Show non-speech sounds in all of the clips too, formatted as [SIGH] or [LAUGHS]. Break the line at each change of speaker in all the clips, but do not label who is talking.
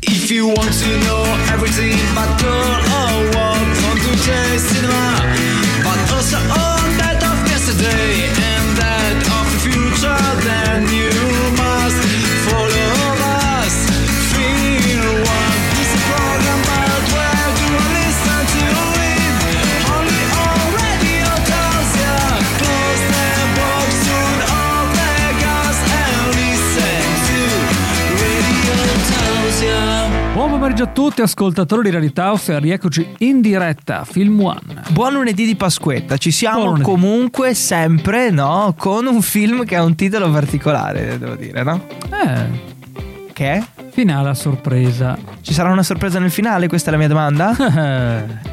If you want to know everything about girl or what on today's cinema, but also all that of yesterday and that of the future, then you must follow us. Feel one. This is a program about where you listen to it. Only on Radio Tazia. Close the box, turn off the gas, and listen to Radio Tazia.
Buon pomeriggio a tutti, ascoltatori di Reality House, e rieccoci in diretta, Film One.
Buon lunedì di Pasquetta, ci
Buon
siamo
lunedì.
comunque sempre, no? Con un film che ha un titolo particolare, devo dire, no?
Eh,
Che? è?
finale a sorpresa. [LAUGHS]
Ci sarà una sorpresa nel finale, questa è la mia domanda?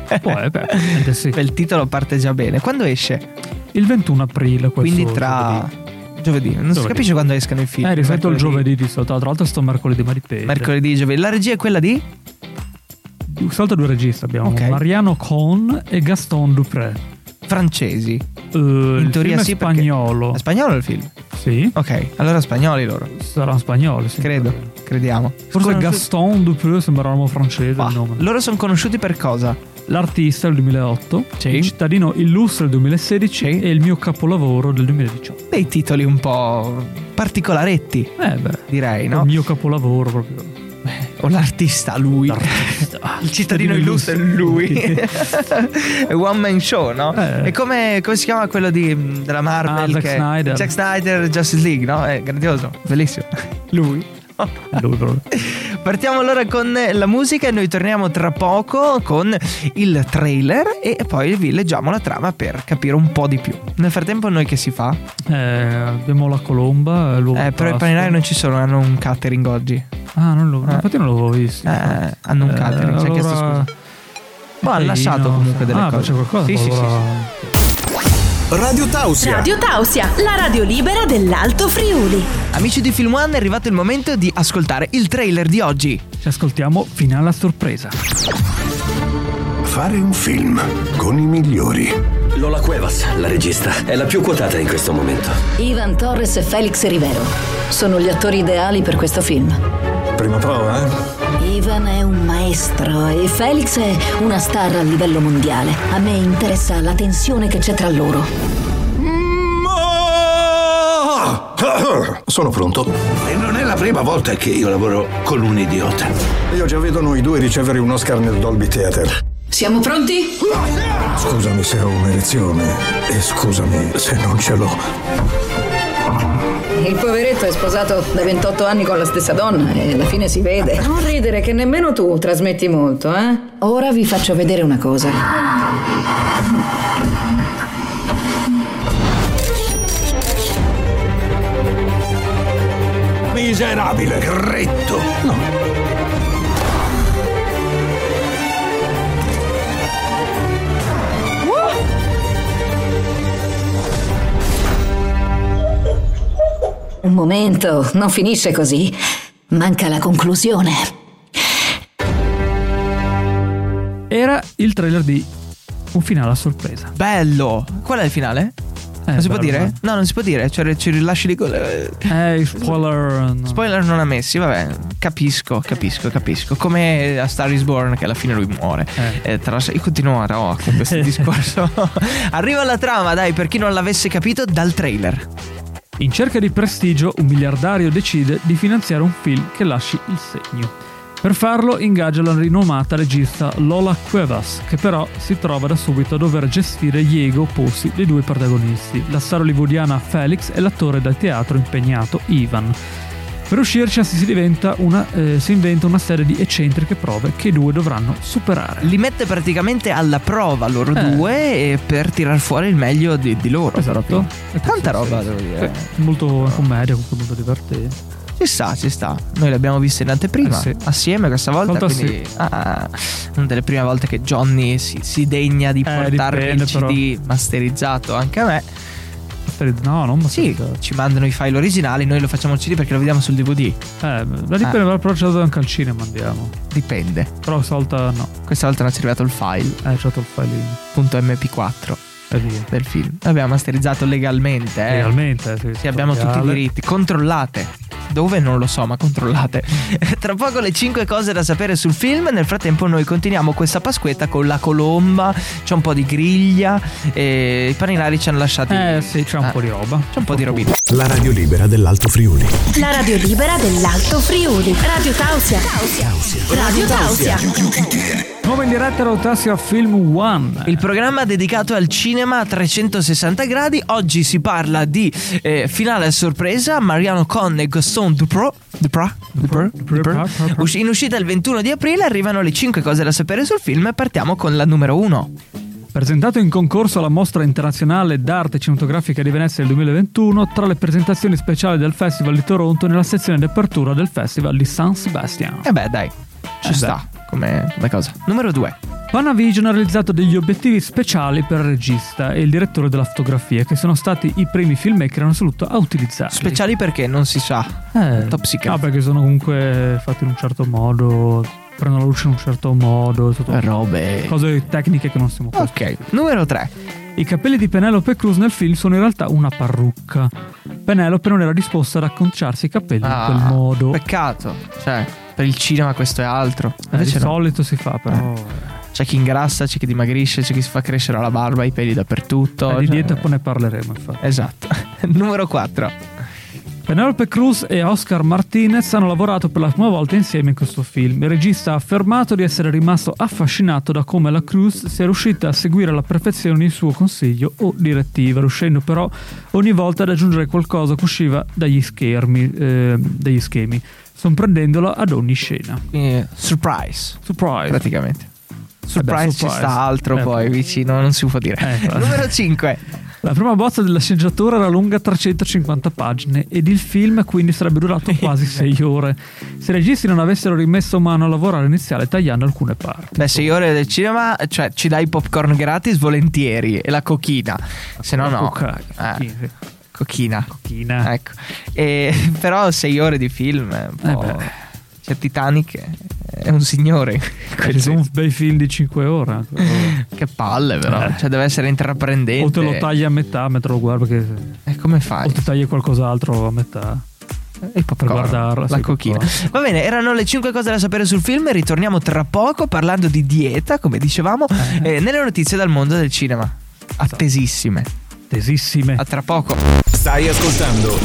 Eh, Poi, beh, ovviamente sì.
Beh, Il titolo parte già bene. Quando esce?
Il 21 aprile questo
Quindi tra
giovedì.
giovedì. Non si
Giovedì.
capisce quando escano i film.
Eh, rispetto al
Mercoledì.
giovedì di solito. Tra l'altro sto mercoledì, ma dipende.
Mercoledì, giovedì. La regia è quella di?
Di solito due registi abbiamo,
Ok.
Mariano Con e Gaston Dupré.
Francesi.
Eh, il film è
sì, perché-
spagnolo.
È spagnolo il film.
Sì,
Ok, allora spagnoli loro.
sarà spagnolo, sì.
Credo, crediamo.
Forse
Conosci-
Gaston Dupré sembra un uomo francese
Ah,
il nome.
loro sono conosciuti per cosa?
L'artista del 2008,
Sì.
il cittadino illustre del 2016
Sì.
e il mio capolavoro del 2018.
Dei titoli un po' particolaretti,
Eh beh,
direi, no?
il mio capolavoro proprio. Ah,
O l'artista, lui. Il cittadino illustre è lui. [LAUGHS] È One man show, no?
Eh.
E come, come si chiama quello di, della Marvel?
Ah, Zack
che-
Snyder.
Zack Snyder, Justice League, no? È grandioso, bellissimo. [LAUGHS] Lui.
È lui proprio.
Partiamo allora con la musica e noi torniamo tra poco con il trailer e poi vi leggiamo la trama per capire un po' di più. Nel frattempo noi che si fa?
Eh, abbiamo la colomba, l'uovo
Eh, però i
pasto.
paninari non ci sono, hanno un catering oggi.
Ah, non lo...
Eh.
infatti non l'avevo visto.
Eh, hanno un
Eh,
catering, ci ha chiesto
allora-
scusa. Ma ha
Eh,
Boh, lasciato
no,
comunque delle
ah,
cose.
c'è qualcosa.
Sì, sì, sì, sì.
allora-
Radio Tausia.
Radio Tausia, la radio libera dell'Alto Friuli.
Amici di Film One, è arrivato il momento di ascoltare il trailer di oggi.
Ci ascoltiamo fino alla sorpresa.
Fare un film con i migliori.
Lola Cuevas, la regista, è la più quotata in questo momento.
Ivan Torres e Felix Rivero sono gli attori ideali per questo film.
Prima prova, eh?
Ivan è un maestro e Felix è una star a livello mondiale. A me interessa la tensione che c'è tra loro.
[COUGHS] Sono pronto.
E non è la prima volta che io lavoro con un idiota.
Io già vedo noi due ricevere un Oscar nel Dolby Theater.
Siamo pronti?
Scusami se ho un'erezione e scusami se non ce l'ho.
Il poveretto è sposato da 28 anni con la stessa donna e alla fine si vede. Non ridere che nemmeno tu trasmetti molto, eh? Ora vi faccio vedere una cosa.
Miserabile, gretto. No.
Un momento, non finisce così. Manca la conclusione.
Era il trailer di Un finale a sorpresa.
Bello! Qual è il finale?
Eh,
non si può
bello,
dire? No, non si può dire. Cioè, ci rilasci di. eh,
Eh, i spoiler. no.
Spoiler non ha messi, vabbè. Capisco, capisco, capisco. Come a Star is Born, che alla fine lui muore.
Eh.
Eh, tralascia- Io continuerò
[LAUGHS]
con questo discorso. [LAUGHS] Arriva alla trama, dai, per chi non l'avesse capito, dal trailer.
In cerca di prestigio, un miliardario decide di finanziare un film che lasci il segno. Per farlo ingaggia la rinomata regista Lola Cuevas, che però si trova da subito a dover gestire gli ego opposti dei due protagonisti, la star hollywoodiana Felix e l'attore da teatro impegnato Ivan. Per uscirci si, diventa una- eh, si inventa una serie di eccentriche prove che i due dovranno superare.
Li mette praticamente alla prova loro
Eh.
due e per tirar fuori il meglio di, di loro.
Esatto.
Tanta roba, devo dire.
Sì, molto commedia, comunque molto divertente.
Ci sta, ci sta. Noi l'abbiamo vista in anteprima,
Eh sì.
assieme questa volta.
Quanto
quindi, ah, una delle prime volte che Johnny si, si degna
Eh,
di portarmi il
dipende,
CD masterizzato anche a me.
No, non
Sì,
abbastanza.
ci mandano i file originali, noi lo facciamo il CD perché lo vediamo sul DVD.
Eh, la dipende dal processo anche al cinema andiamo.
Dipende.
Però questa volta no,
Questa volta non è arrivato il
hai lasciato il file in-
file.mp4.
E via.
del film. L'abbiamo masterizzato legalmente. Eh.
Legalmente. Sì,
Sì, abbiamo tutti i
legale.
diritti. Controllate. Dove non lo so, ma controllate. [LAUGHS] Tra poco le 5 cose da sapere sul film. Nel frattempo, noi continuiamo questa Pasquetta con la colomba. C'è un po' di griglia. E i paninari ci hanno lasciati.
Eh sì, c'è un
Ah.
po' di roba.
C'è un po' di robina.
La radio libera dell'Alto Friuli.
La radio libera dell'Alto Friuli. Radio Tausia. Radio Tausia.
Nuovo in diretta Rotasia Film One.
Il programma dedicato al cinema a 360 gradi. Oggi si parla di eh, finale a sorpresa. Mariano Conne e Gaston Dupro. Dupra? Dupra? Dupra? Usci- In uscita il 21 di aprile arrivano le 5 cose da sapere sul film. E partiamo con la numero 1.
Presentato in concorso alla Mostra Internazionale d'Arte Cinematografica di Venezia del 2021 tra le presentazioni speciali del Festival di Toronto nella sezione di apertura del Festival di San Sebastian.
E beh, dai, ci
Eh,
sta come come cosa. Numero 2.
Panavision ha realizzato degli obiettivi speciali per il regista e il direttore della fotografia, che sono stati i primi filmmaker in assoluto a utilizzarli.
Speciali perché non si sa.
Eh,
Top secret.
Ah, perché sono comunque fatti in un certo modo, prendono la luce in un certo modo, tutto-
Robe.
cose tecniche che non siamo così.
Ok, numero 3.
I capelli di Penelope Cruz nel film sono in realtà una parrucca. Penelope non era disposta ad acconciarsi i capelli in quel modo.
Ah, Peccato. Cioè, per il cinema questo è altro.
Eh, di
Invece no. Oh.
solito si fa però. Eh,
C'è chi ingrassa, c'è chi dimagrisce, c'è chi si fa crescere la barba, i peli dappertutto.
Eh, di
cioè-
dieta poi ne parleremo infatti.
Esatto. [LAUGHS] numero 4.
Penelope Cruz e Oscar Martinez hanno lavorato per la prima volta insieme in questo film. Il regista ha affermato di essere rimasto affascinato da come la Cruz sia riuscita a seguire alla perfezione il suo consiglio o direttiva, riuscendo però ogni volta ad aggiungere qualcosa che usciva dagli, schermi, eh, dagli schemi, sorprendendola ad ogni scena.
Quindi, surprise.
Surprise!
Praticamente. Surprise, ci
surprise.
sta altro
Eh,
poi vicino, non si può dire.
Eh,
[LAUGHS]
infatti.
numero 5.
La prima bozza della sceneggiatura era lunga 350 pagine ed il film quindi sarebbe
[LAUGHS]
durato quasi 6 ore se i registi non avessero rimesso mano al lavoro iniziale tagliando alcune parti.
Beh, 6 ore del cinema, cioè ci dai i popcorn gratis volentieri e la cochina. Se Ah, no, no.
Coca-
Eh,
sì, sì.
cochina.
China.
Ecco. E, [LAUGHS] però 6 ore di film. è un po'-
Eh. Eh beh.
Cioè, Titanic è un signore.
Ci sono un bei film di 5
[LAUGHS]
ore.
Che palle, però. Cioè, deve essere intraprendente.
Eh. O te lo tagli a metà mentre lo guardi, perché-
E come
o
fai?
ti tagli qualcos'altro a metà.
E poi
per guardarla,
la
sì,
cochina.
popcorn.
Va bene, erano le 5 cose da sapere sul film. Ritorniamo tra poco parlando di dieta, come dicevamo, eh, nelle notizie dal mondo del cinema.
Esatto.
Attesissime.
Tesissime.
A tra poco.
Stai ascoltando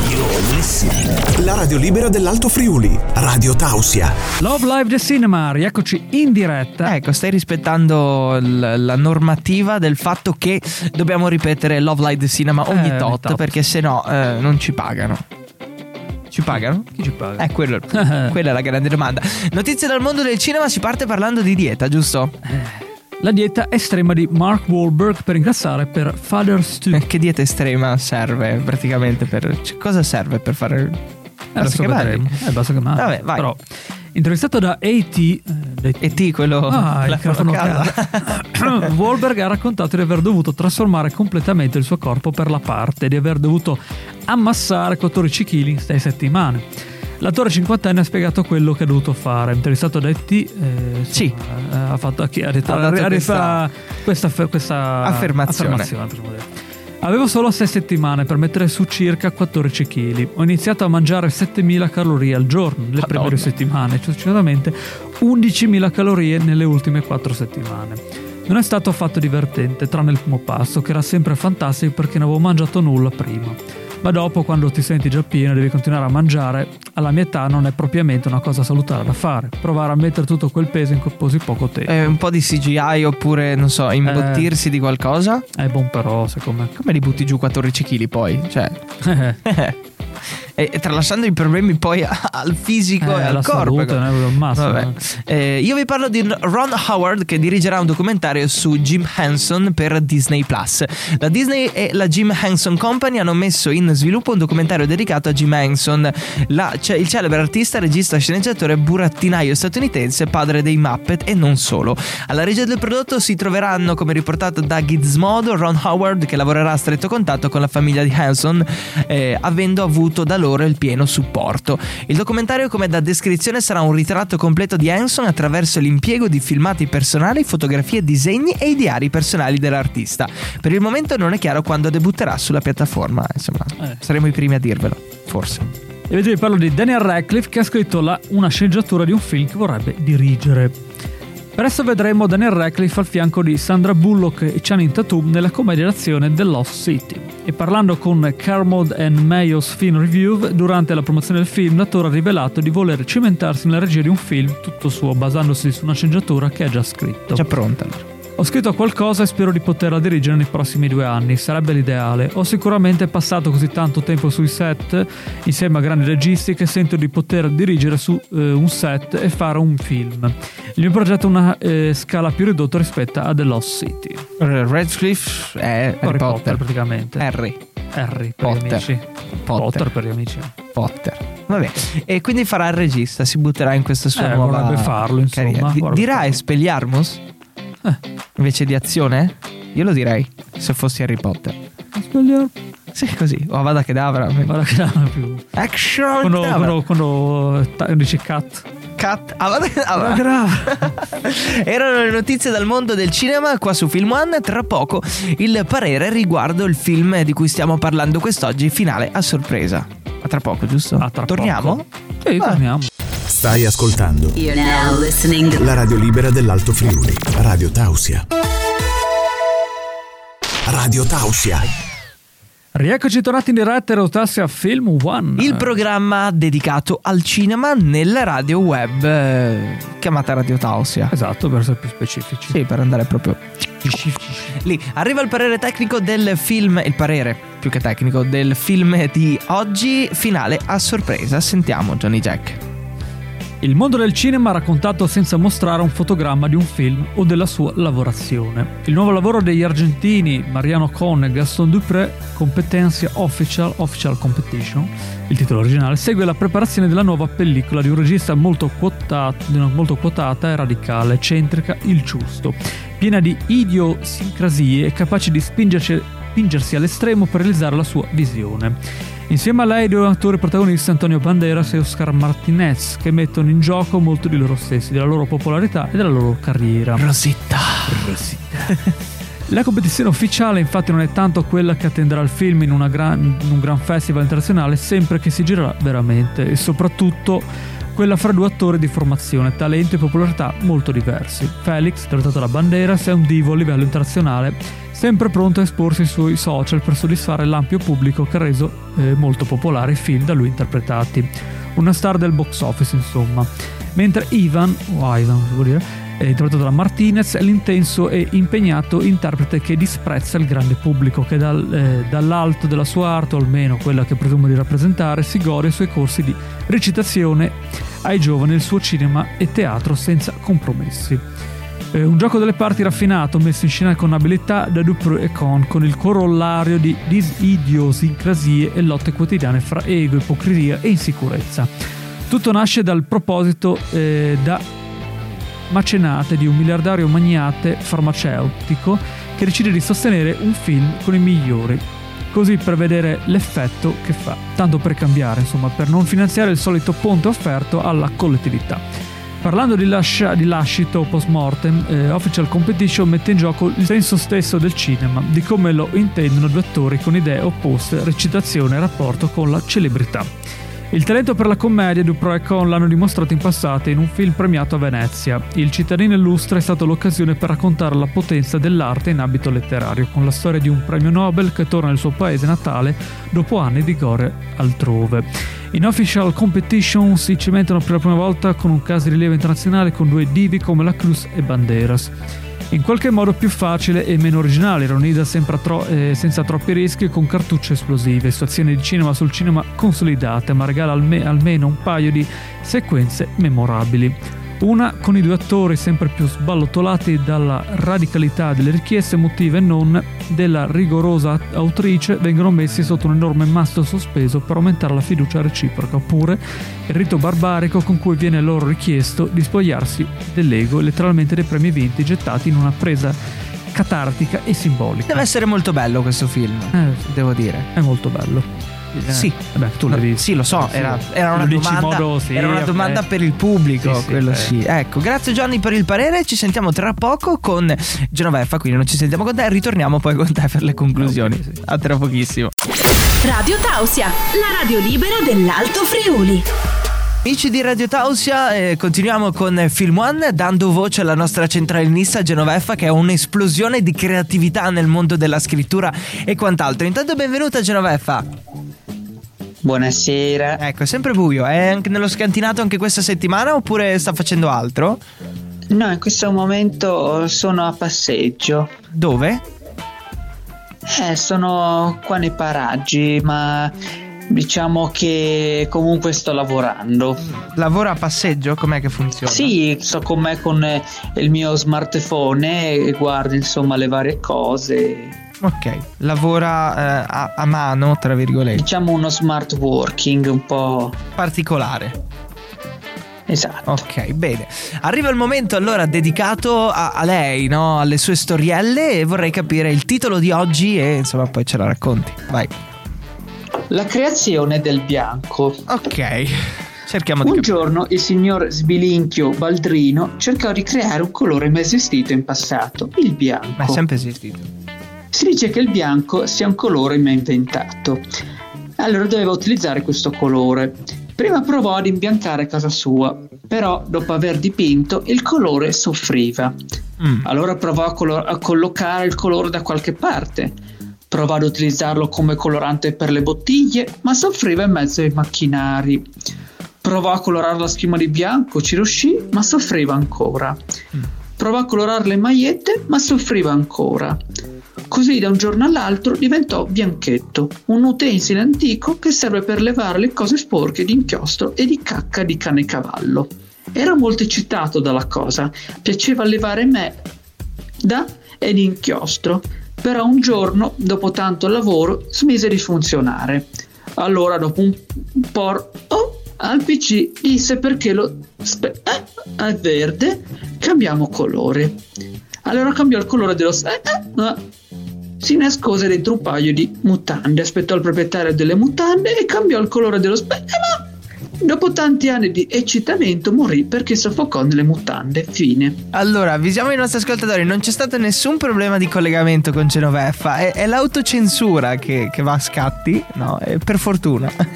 la radio libera dell'Alto Friuli, Radio Tausia.
Love Live The Cinema, rieccoci in diretta.
Ecco, stai rispettando l- la normativa del fatto che dobbiamo ripetere Love Live Cinema ogni
Eh, ogni
tot,
tot.
perché se no eh, non ci pagano. Ci pagano?
Chi ci paga? [LAUGHS]
Eh, quello- quella è la grande domanda. Notizie dal mondo del cinema, si parte parlando di dieta, giusto?
La dieta estrema di Mark Wahlberg per ingrassare per Father Stew.
Eh, Che dieta estrema serve praticamente per... cioè, cosa serve per fare...
Adesso
che
vedremo.
belli.
Eh, basta Eh, che male.
Vabbè, vai.
Però, intervistato da AT, eh, dai-
E ti quello...
Ah, il
la
telefono
casa.
a casa.
[LAUGHS]
[COUGHS] Wahlberg ha raccontato di aver dovuto trasformare completamente il suo corpo per la parte, di aver dovuto ammassare 14 kg in 6 settimane. L'attore cinquantenne ha spiegato quello che ha dovuto fare. Intervistato da ET, eh, insomma,
Sì.
eh, ha fatto ha chi- ha detto-
Ha
ha
dato
re- ha
questa-
detto questa, fe- questa
Affermazione.
affermazione, potremmo dire. Avevo solo 6 settimane per mettere su circa 14 kg. Ho iniziato a mangiare 7000 calorie al giorno le prime
Madonna.
due settimane, successivamente 11.000 calorie nelle ultime 4 settimane. Non è stato affatto divertente, tranne il primo passo, che era sempre fantastico perché non avevo mangiato nulla prima. Ma dopo, quando ti senti già pieno e devi continuare a mangiare, alla mia età non è propriamente una cosa salutare da fare. Provare a mettere tutto quel peso in così poco tempo.
[COUGHS] Eh, un po' di CGI oppure, non so, imbottirsi di qualcosa?
È buon però, secondo
Come li butti giù 14 kg poi?
[LAUGHS]
Cioè... eh,
me.
E e tralasciando i problemi poi a- al fisico
Eh,
e al
la
corpo.
salute,
ecco.
non è un massimo.
Vabbè. Eh, io vi parlo di Ron Howard che dirigerà un documentario su Jim Henson per Disney Plus. La Disney e la Jim Henson Company hanno messo in sviluppo un documentario dedicato a Jim Henson, la- cioè il celebre artista, regista, sceneggiatore burattinaio statunitense, padre dei Muppet e non solo. Alla regia del prodotto si troveranno, come riportato da Gizmodo, Ron Howard che lavorerà a stretto contatto con la famiglia di Henson, eh, avendo avuto da loro loro il pieno supporto. Il documentario, come da descrizione, sarà un ritratto completo di Hanson attraverso l'impiego di filmati personali, fotografie, disegni e i diari personali dell'artista. Per il momento non è chiaro quando debutterà sulla piattaforma, insomma,
Eh.
saremo i primi a dirvelo, forse.
E vedete, vi parlo di Daniel Radcliffe che ha scritto la- una sceneggiatura di un film che vorrebbe dirigere. Presto vedremo Daniel Radcliffe al fianco di Sandra Bullock e Channing Tatum nella commedia d'azione The Lost City. E parlando con Carmod and Mayo's Film Review, durante la promozione del film, l'attore ha rivelato di voler cimentarsi nella regia di un film tutto suo, basandosi su una sceneggiatura che ha già scritto.
Già pronta.
Ho scritto qualcosa e spero di poterla dirigere nei prossimi due anni, sarebbe l'ideale. Ho sicuramente passato così tanto tempo sui set insieme a grandi registi che sento di poter dirigere su eh, un set e fare un film. Il mio progetto ha una eh, scala più ridotta rispetto a The Lost City.
R- Eh, Radcliffe è Harry
Harry Potter,
Potter.
praticamente.
Harry
Harry per gli
Potter.
amici.
Potter.
per gli amici.
Potter. Vabbè, e quindi farà il regista, si butterà in questa sua
Eh,
nuova
vorrebbe farlo, insomma,
carriera. Di-
vorrebbe
dirà
farlo. Eh.
Espelliarmus? Invece di azione? Io lo direi, se fossi Harry Potter.
Sbagliato.
Sì, così. O Avada Kedavra.
Guarda che non è più.
Action!
Quando,
Kedavra.
quando, quando eh, ta- dice cut.
Cut. Avada Kedavra. [LAUGHS] Erano le notizie dal mondo del cinema qua su Film One. Tra poco il parere riguardo il film di cui stiamo parlando quest'oggi, finale a sorpresa. A tra poco, giusto?
Ah, tra
Torniamo?
poco. Sì, torniamo.
Stai ascoltando
You're now listening
la radio libera dell'Alto Friuli, Radio Tausia. Radio Tausia,
Rieccoci tornati in diretta a Rotassia Film One.
Il programma dedicato al cinema nella radio web eh, chiamata Radio Tausia.
Esatto, per essere più specifici.
Sì, per andare proprio lì. Arriva il parere tecnico del film, il parere più che tecnico del film di oggi, finale a sorpresa. Sentiamo Johnny Jack.
Il mondo del cinema raccontato senza mostrare un fotogramma di un film o della sua lavorazione. Il nuovo lavoro degli argentini Mariano Con e Gaston Dupré, Competencia Official Official Competition, il titolo originale, segue la preparazione della nuova pellicola di un regista molto quotato- di una- molto quotata e radicale, eccentrica Il Giusto, piena di idiosincrasie e capace di spingerci- spingersi all'estremo per realizzare la sua visione. Insieme a lei due attori protagonisti Antonio Banderas e Oscar Martinez che mettono in gioco molto di loro stessi, della loro popolarità e della loro carriera.
Rosetta.
La competizione ufficiale infatti non è tanto quella che attenderà il film in, una gran- in un gran festival internazionale sempre che si girerà veramente e soprattutto quella fra due attori di formazione, talento e popolarità molto diversi. Felix, trattato da Banderas, è un divo a livello internazionale, sempre pronto a esporsi sui social per soddisfare l'ampio pubblico che ha reso eh, molto popolare i film da lui interpretati. Una star del box office insomma. Mentre Ivan, o Ivan vuol dire, è interpretato da Martinez, è l'intenso e impegnato interprete che disprezza il grande pubblico, che dal- eh, dall'alto della sua arte, o almeno quella che presumo di rappresentare, si gode i suoi corsi di recitazione ai giovani il suo cinema e teatro senza compromessi. Eh, un gioco delle parti raffinato, messo in scena con abilità da Dupré e Con, con il corollario di disidiosincrasie e lotte quotidiane fra ego, ipocrisia e insicurezza. Tutto nasce dal proposito eh, da macenate di un miliardario magnate farmaceutico che decide di sostenere un film con i migliori, così per vedere l'effetto che fa, tanto per cambiare, insomma, per non finanziare il solito ponte offerto alla collettività. Parlando di, lascia- di lascito post mortem, eh, Official Competition mette in gioco il senso stesso del cinema, di come lo intendono due attori con idee opposte, recitazione e rapporto con la celebrità. Il talento per la commedia Dupro e Con l'hanno dimostrato in passato in un film premiato a Venezia. Il cittadino illustre è stato l'occasione per raccontare la potenza dell'arte in abito letterario, con la storia di un premio Nobel che torna nel suo paese natale dopo anni di gore altrove. In official competition si cimentano per la prima volta con un caso di rilievo internazionale con due divi come la Cruz e Banderas in qualche modo più facile e meno originale, ironizza sempre tro- eh, senza troppi rischi e con cartucce esplosive, situazioni di cinema sul cinema consolidate, ma regala alme- almeno un paio di sequenze memorabili. Una con i due attori sempre più sballottolati dalla radicalità delle richieste emotive e non della rigorosa autrice vengono messi sotto un enorme masto sospeso per aumentare la fiducia reciproca, oppure il rito barbarico con cui viene loro richiesto di spogliarsi dell'ego e letteralmente dei premi vinti gettati in una presa catartica e simbolica.
Deve essere molto bello questo film,
Eh,
devo dire.
è molto bello. Eh,
Sì.
Vabbè, tu l'hai visto.
Esatto. Ah, Sì, lo so,
Sì.
era, era una
Lo dici in
domanda,
modo- sì,
era una
ok.
domanda per il pubblico,
Sì, certo. sì,
quello
ok.
sì. Ecco, grazie Gianni per il parere, ci sentiamo tra poco con Genoveffa, quindi non ci sentiamo con te, ritorniamo poi con te per le conclusioni. A tra pochissimo.
Radio Tausia, la radio libera dell'Alto Friuli.
Amici di Radio Tausia, eh, continuiamo con Film One, dando voce alla nostra centralinista Genoveffa, che è un'esplosione di creatività nel mondo della scrittura e quant'altro. Intanto, benvenuta Genoveffa.
Buonasera.
Ecco, è sempre buio, è anche nello scantinato anche questa settimana oppure sta facendo altro?
No, in questo momento sono a passeggio.
Dove?
Eh, sono qua nei paraggi, ma diciamo che comunque sto lavorando.
Lavora a passeggio? Com'è che funziona?
Sì, sto con me con eh, il mio smartphone e guardo insomma le varie cose.
Ok, lavora eh, a, a mano, tra virgolette.
Diciamo uno smart working un po'.
Particolare.
Esatto.
Ok, bene. Arriva il momento allora dedicato a, a lei, no? alle sue storielle e vorrei capire il titolo di oggi e insomma poi ce la racconti. Vai.
La creazione del bianco.
Ok. Cerchiamo di
Un
capire.
giorno il signor Sbilinchio Baldrino cercò di creare un colore mai esistito in passato, il bianco.
Ma è sempre esistito.
Si dice che il bianco sia un colore mai inventato. Allora doveva utilizzare questo colore. Prima provò ad imbiancare casa sua, però dopo aver dipinto il colore soffriva.
Mm.
Allora provò a, colo- a collocare il colore da qualche parte. Provò ad utilizzarlo come colorante per le bottiglie, ma soffriva in mezzo ai macchinari. Provò a colorare la schiuma di bianco, ci riuscì, ma soffriva ancora. Provò a colorare le magliette, ma soffriva ancora. Così da un giorno all'altro diventò bianchetto, un utensile antico che serve per levare le cose sporche di inchiostro e di cacca di cane e cavallo. Era molto eccitato dalla cosa, piaceva levare me da ed inchiostro, però un giorno, dopo tanto lavoro, smise di funzionare. Allora, dopo un po', oh, al PC disse perché lo... spe- eh, è verde, cambiamo colore. Allora cambiò il colore dello... s- eh, eh, eh. Si nascose dentro un paio di mutande, aspettò il proprietario delle mutande e cambiò il colore dello... spe- eh, ma- Dopo tanti anni di eccitamento morì perché soffocò nelle mutande. Fine.
Allora, avvisiamo i nostri ascoltatori, non c'è stato nessun problema di collegamento con Genoveffa, è, è l'autocensura che, che va a scatti, no? E per fortuna.
Eh,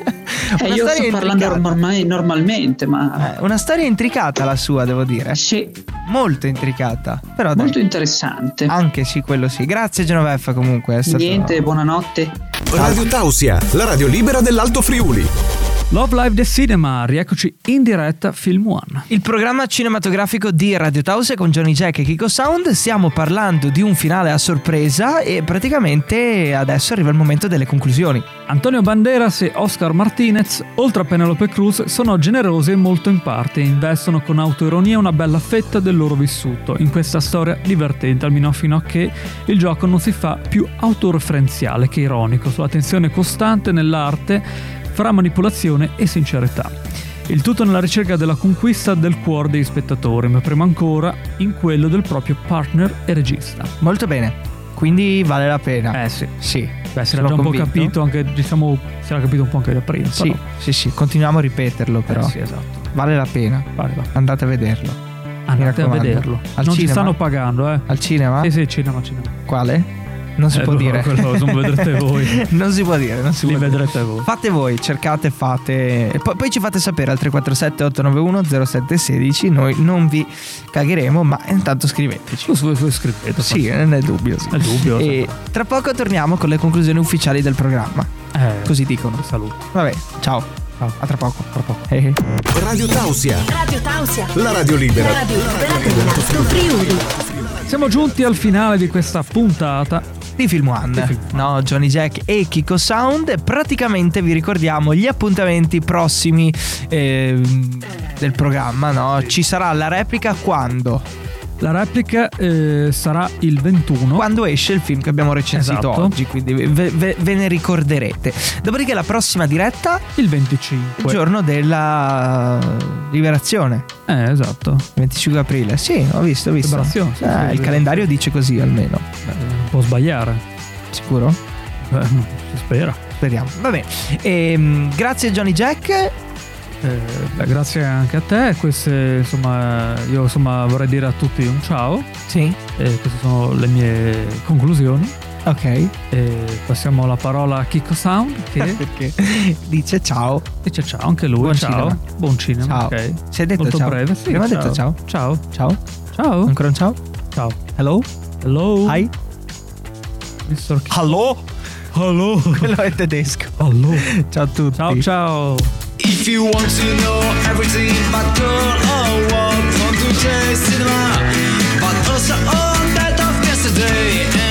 [LAUGHS] Una
io
storia
sto parlando
intricata.
ormai- normalmente, ma
Eh, Una storia intricata la sua, devo dire.
sì,
Molto intricata. Però dai,
molto interessante.
anche sì, quello sì. Grazie Genoveffa comunque. È stato...
Niente, buonanotte.
Radio Tausia, la radio libera dell'Alto Friuli.
Love Live The Cinema, rieccoci in diretta Film One.
Il programma cinematografico di Radio Tause con Johnny Jack e Kiko Sound. Stiamo parlando di un finale a sorpresa e praticamente adesso arriva il momento delle conclusioni.
Antonio Banderas e Oscar Martinez, oltre a Penelope Cruz, sono generosi e molto in parte e investono con autoironia una bella fetta del loro vissuto in questa storia divertente, almeno fino a che il gioco non si fa più autoreferenziale che ironico, sulla tensione costante nell'arte fra manipolazione e sincerità. Il tutto nella ricerca della conquista del cuore degli spettatori, ma prima ancora in quello del proprio partner e regista.
Molto bene. Quindi vale la pena.
Eh sì.
Sì.
Beh, si era
sono
già un
convinto.
po' capito, anche diciamo, si era capito un po' anche da prima.
Sì, sì, sì, continuiamo a ripeterlo
però.
però.
Eh sì, esatto.
Vale la pena.
Vale, va.
Andate a vederlo. Mi
Andate a
raccomando.
vederlo.
Al
non ci
cinema?
stanno pagando, eh.
Al cinema?
Sì, sì, cinema, cinema.
Quale? Non si
Eh,
può
lo-
dire.
quello lo
[LAUGHS]
vedrete voi.
non si può dire, non si
Li
può dire.
vedrete voi.
Fate voi, cercate, fate. E poi, poi ci fate sapere al 347-891-0716. Noi non vi cagheremo, ma intanto scriveteci.
Su, su, su, scrivete.
Sì, non è dubbio. sì.
È dubbio,
E tra poco torniamo con le conclusioni ufficiali del programma.
Eh,
Così dicono.
Saluto.
Vabbè, ciao.
Ciao.
A tra poco. Tra poco. Eh, eh.
Radio Tausia,
Radio Tausia,
la radio
la
libera.
radio libera dell'Alto Friuli.
Siamo giunti al finale di questa puntata.
di Film One. No, Johnny Jack e Kiko Sound. Praticamente vi ricordiamo gli appuntamenti prossimi ehm, del programma, no? Ci sarà la replica quando?
La replica eh, sarà il 21.
Quando esce il film che abbiamo recensito
Esatto.
oggi, quindi ve, ve- ve ne ricorderete. Dopodiché la prossima diretta
Il
il
25.
giorno della liberazione,
Eh, esatto.
25 aprile. Sì, ho visto, ho visto.
Liberazione, sì,
Ah,
sì,
il
sì.
calendario dice così almeno.
Eh, non può sbagliare.
Sicuro?
Eh, si spera.
speriamo. Va bene. Ehm, grazie Johnny Jack.
Eh, Beh, grazie anche a te. Queste, insomma, io insomma, vorrei dire a tutti un ciao.
Sì.
Eh, queste sono le mie conclusioni.
Ok.
Eh, passiamo la parola a Kiko Sound che
[LAUGHS] Perché dice ciao.
dice ciao anche lui.
Buon
ciao.
cinema.
Buon cinema.
Ciao.
ok.
Si è detto
Molto
ciao?
breve. Sì,
Abbiamo detto ciao?
Ciao.
Ciao.
Ciao.
Ancora un ciao.
Ciao.
Hello.
Hello.
Hi.
Mr. Kiko.
Hello.
Hello.
Quello è tedesco.
Hello.
Ciao a tutti.
Ciao ciao.
If you want to know everything about girl or what from today's cinema, but also all that of yesterday.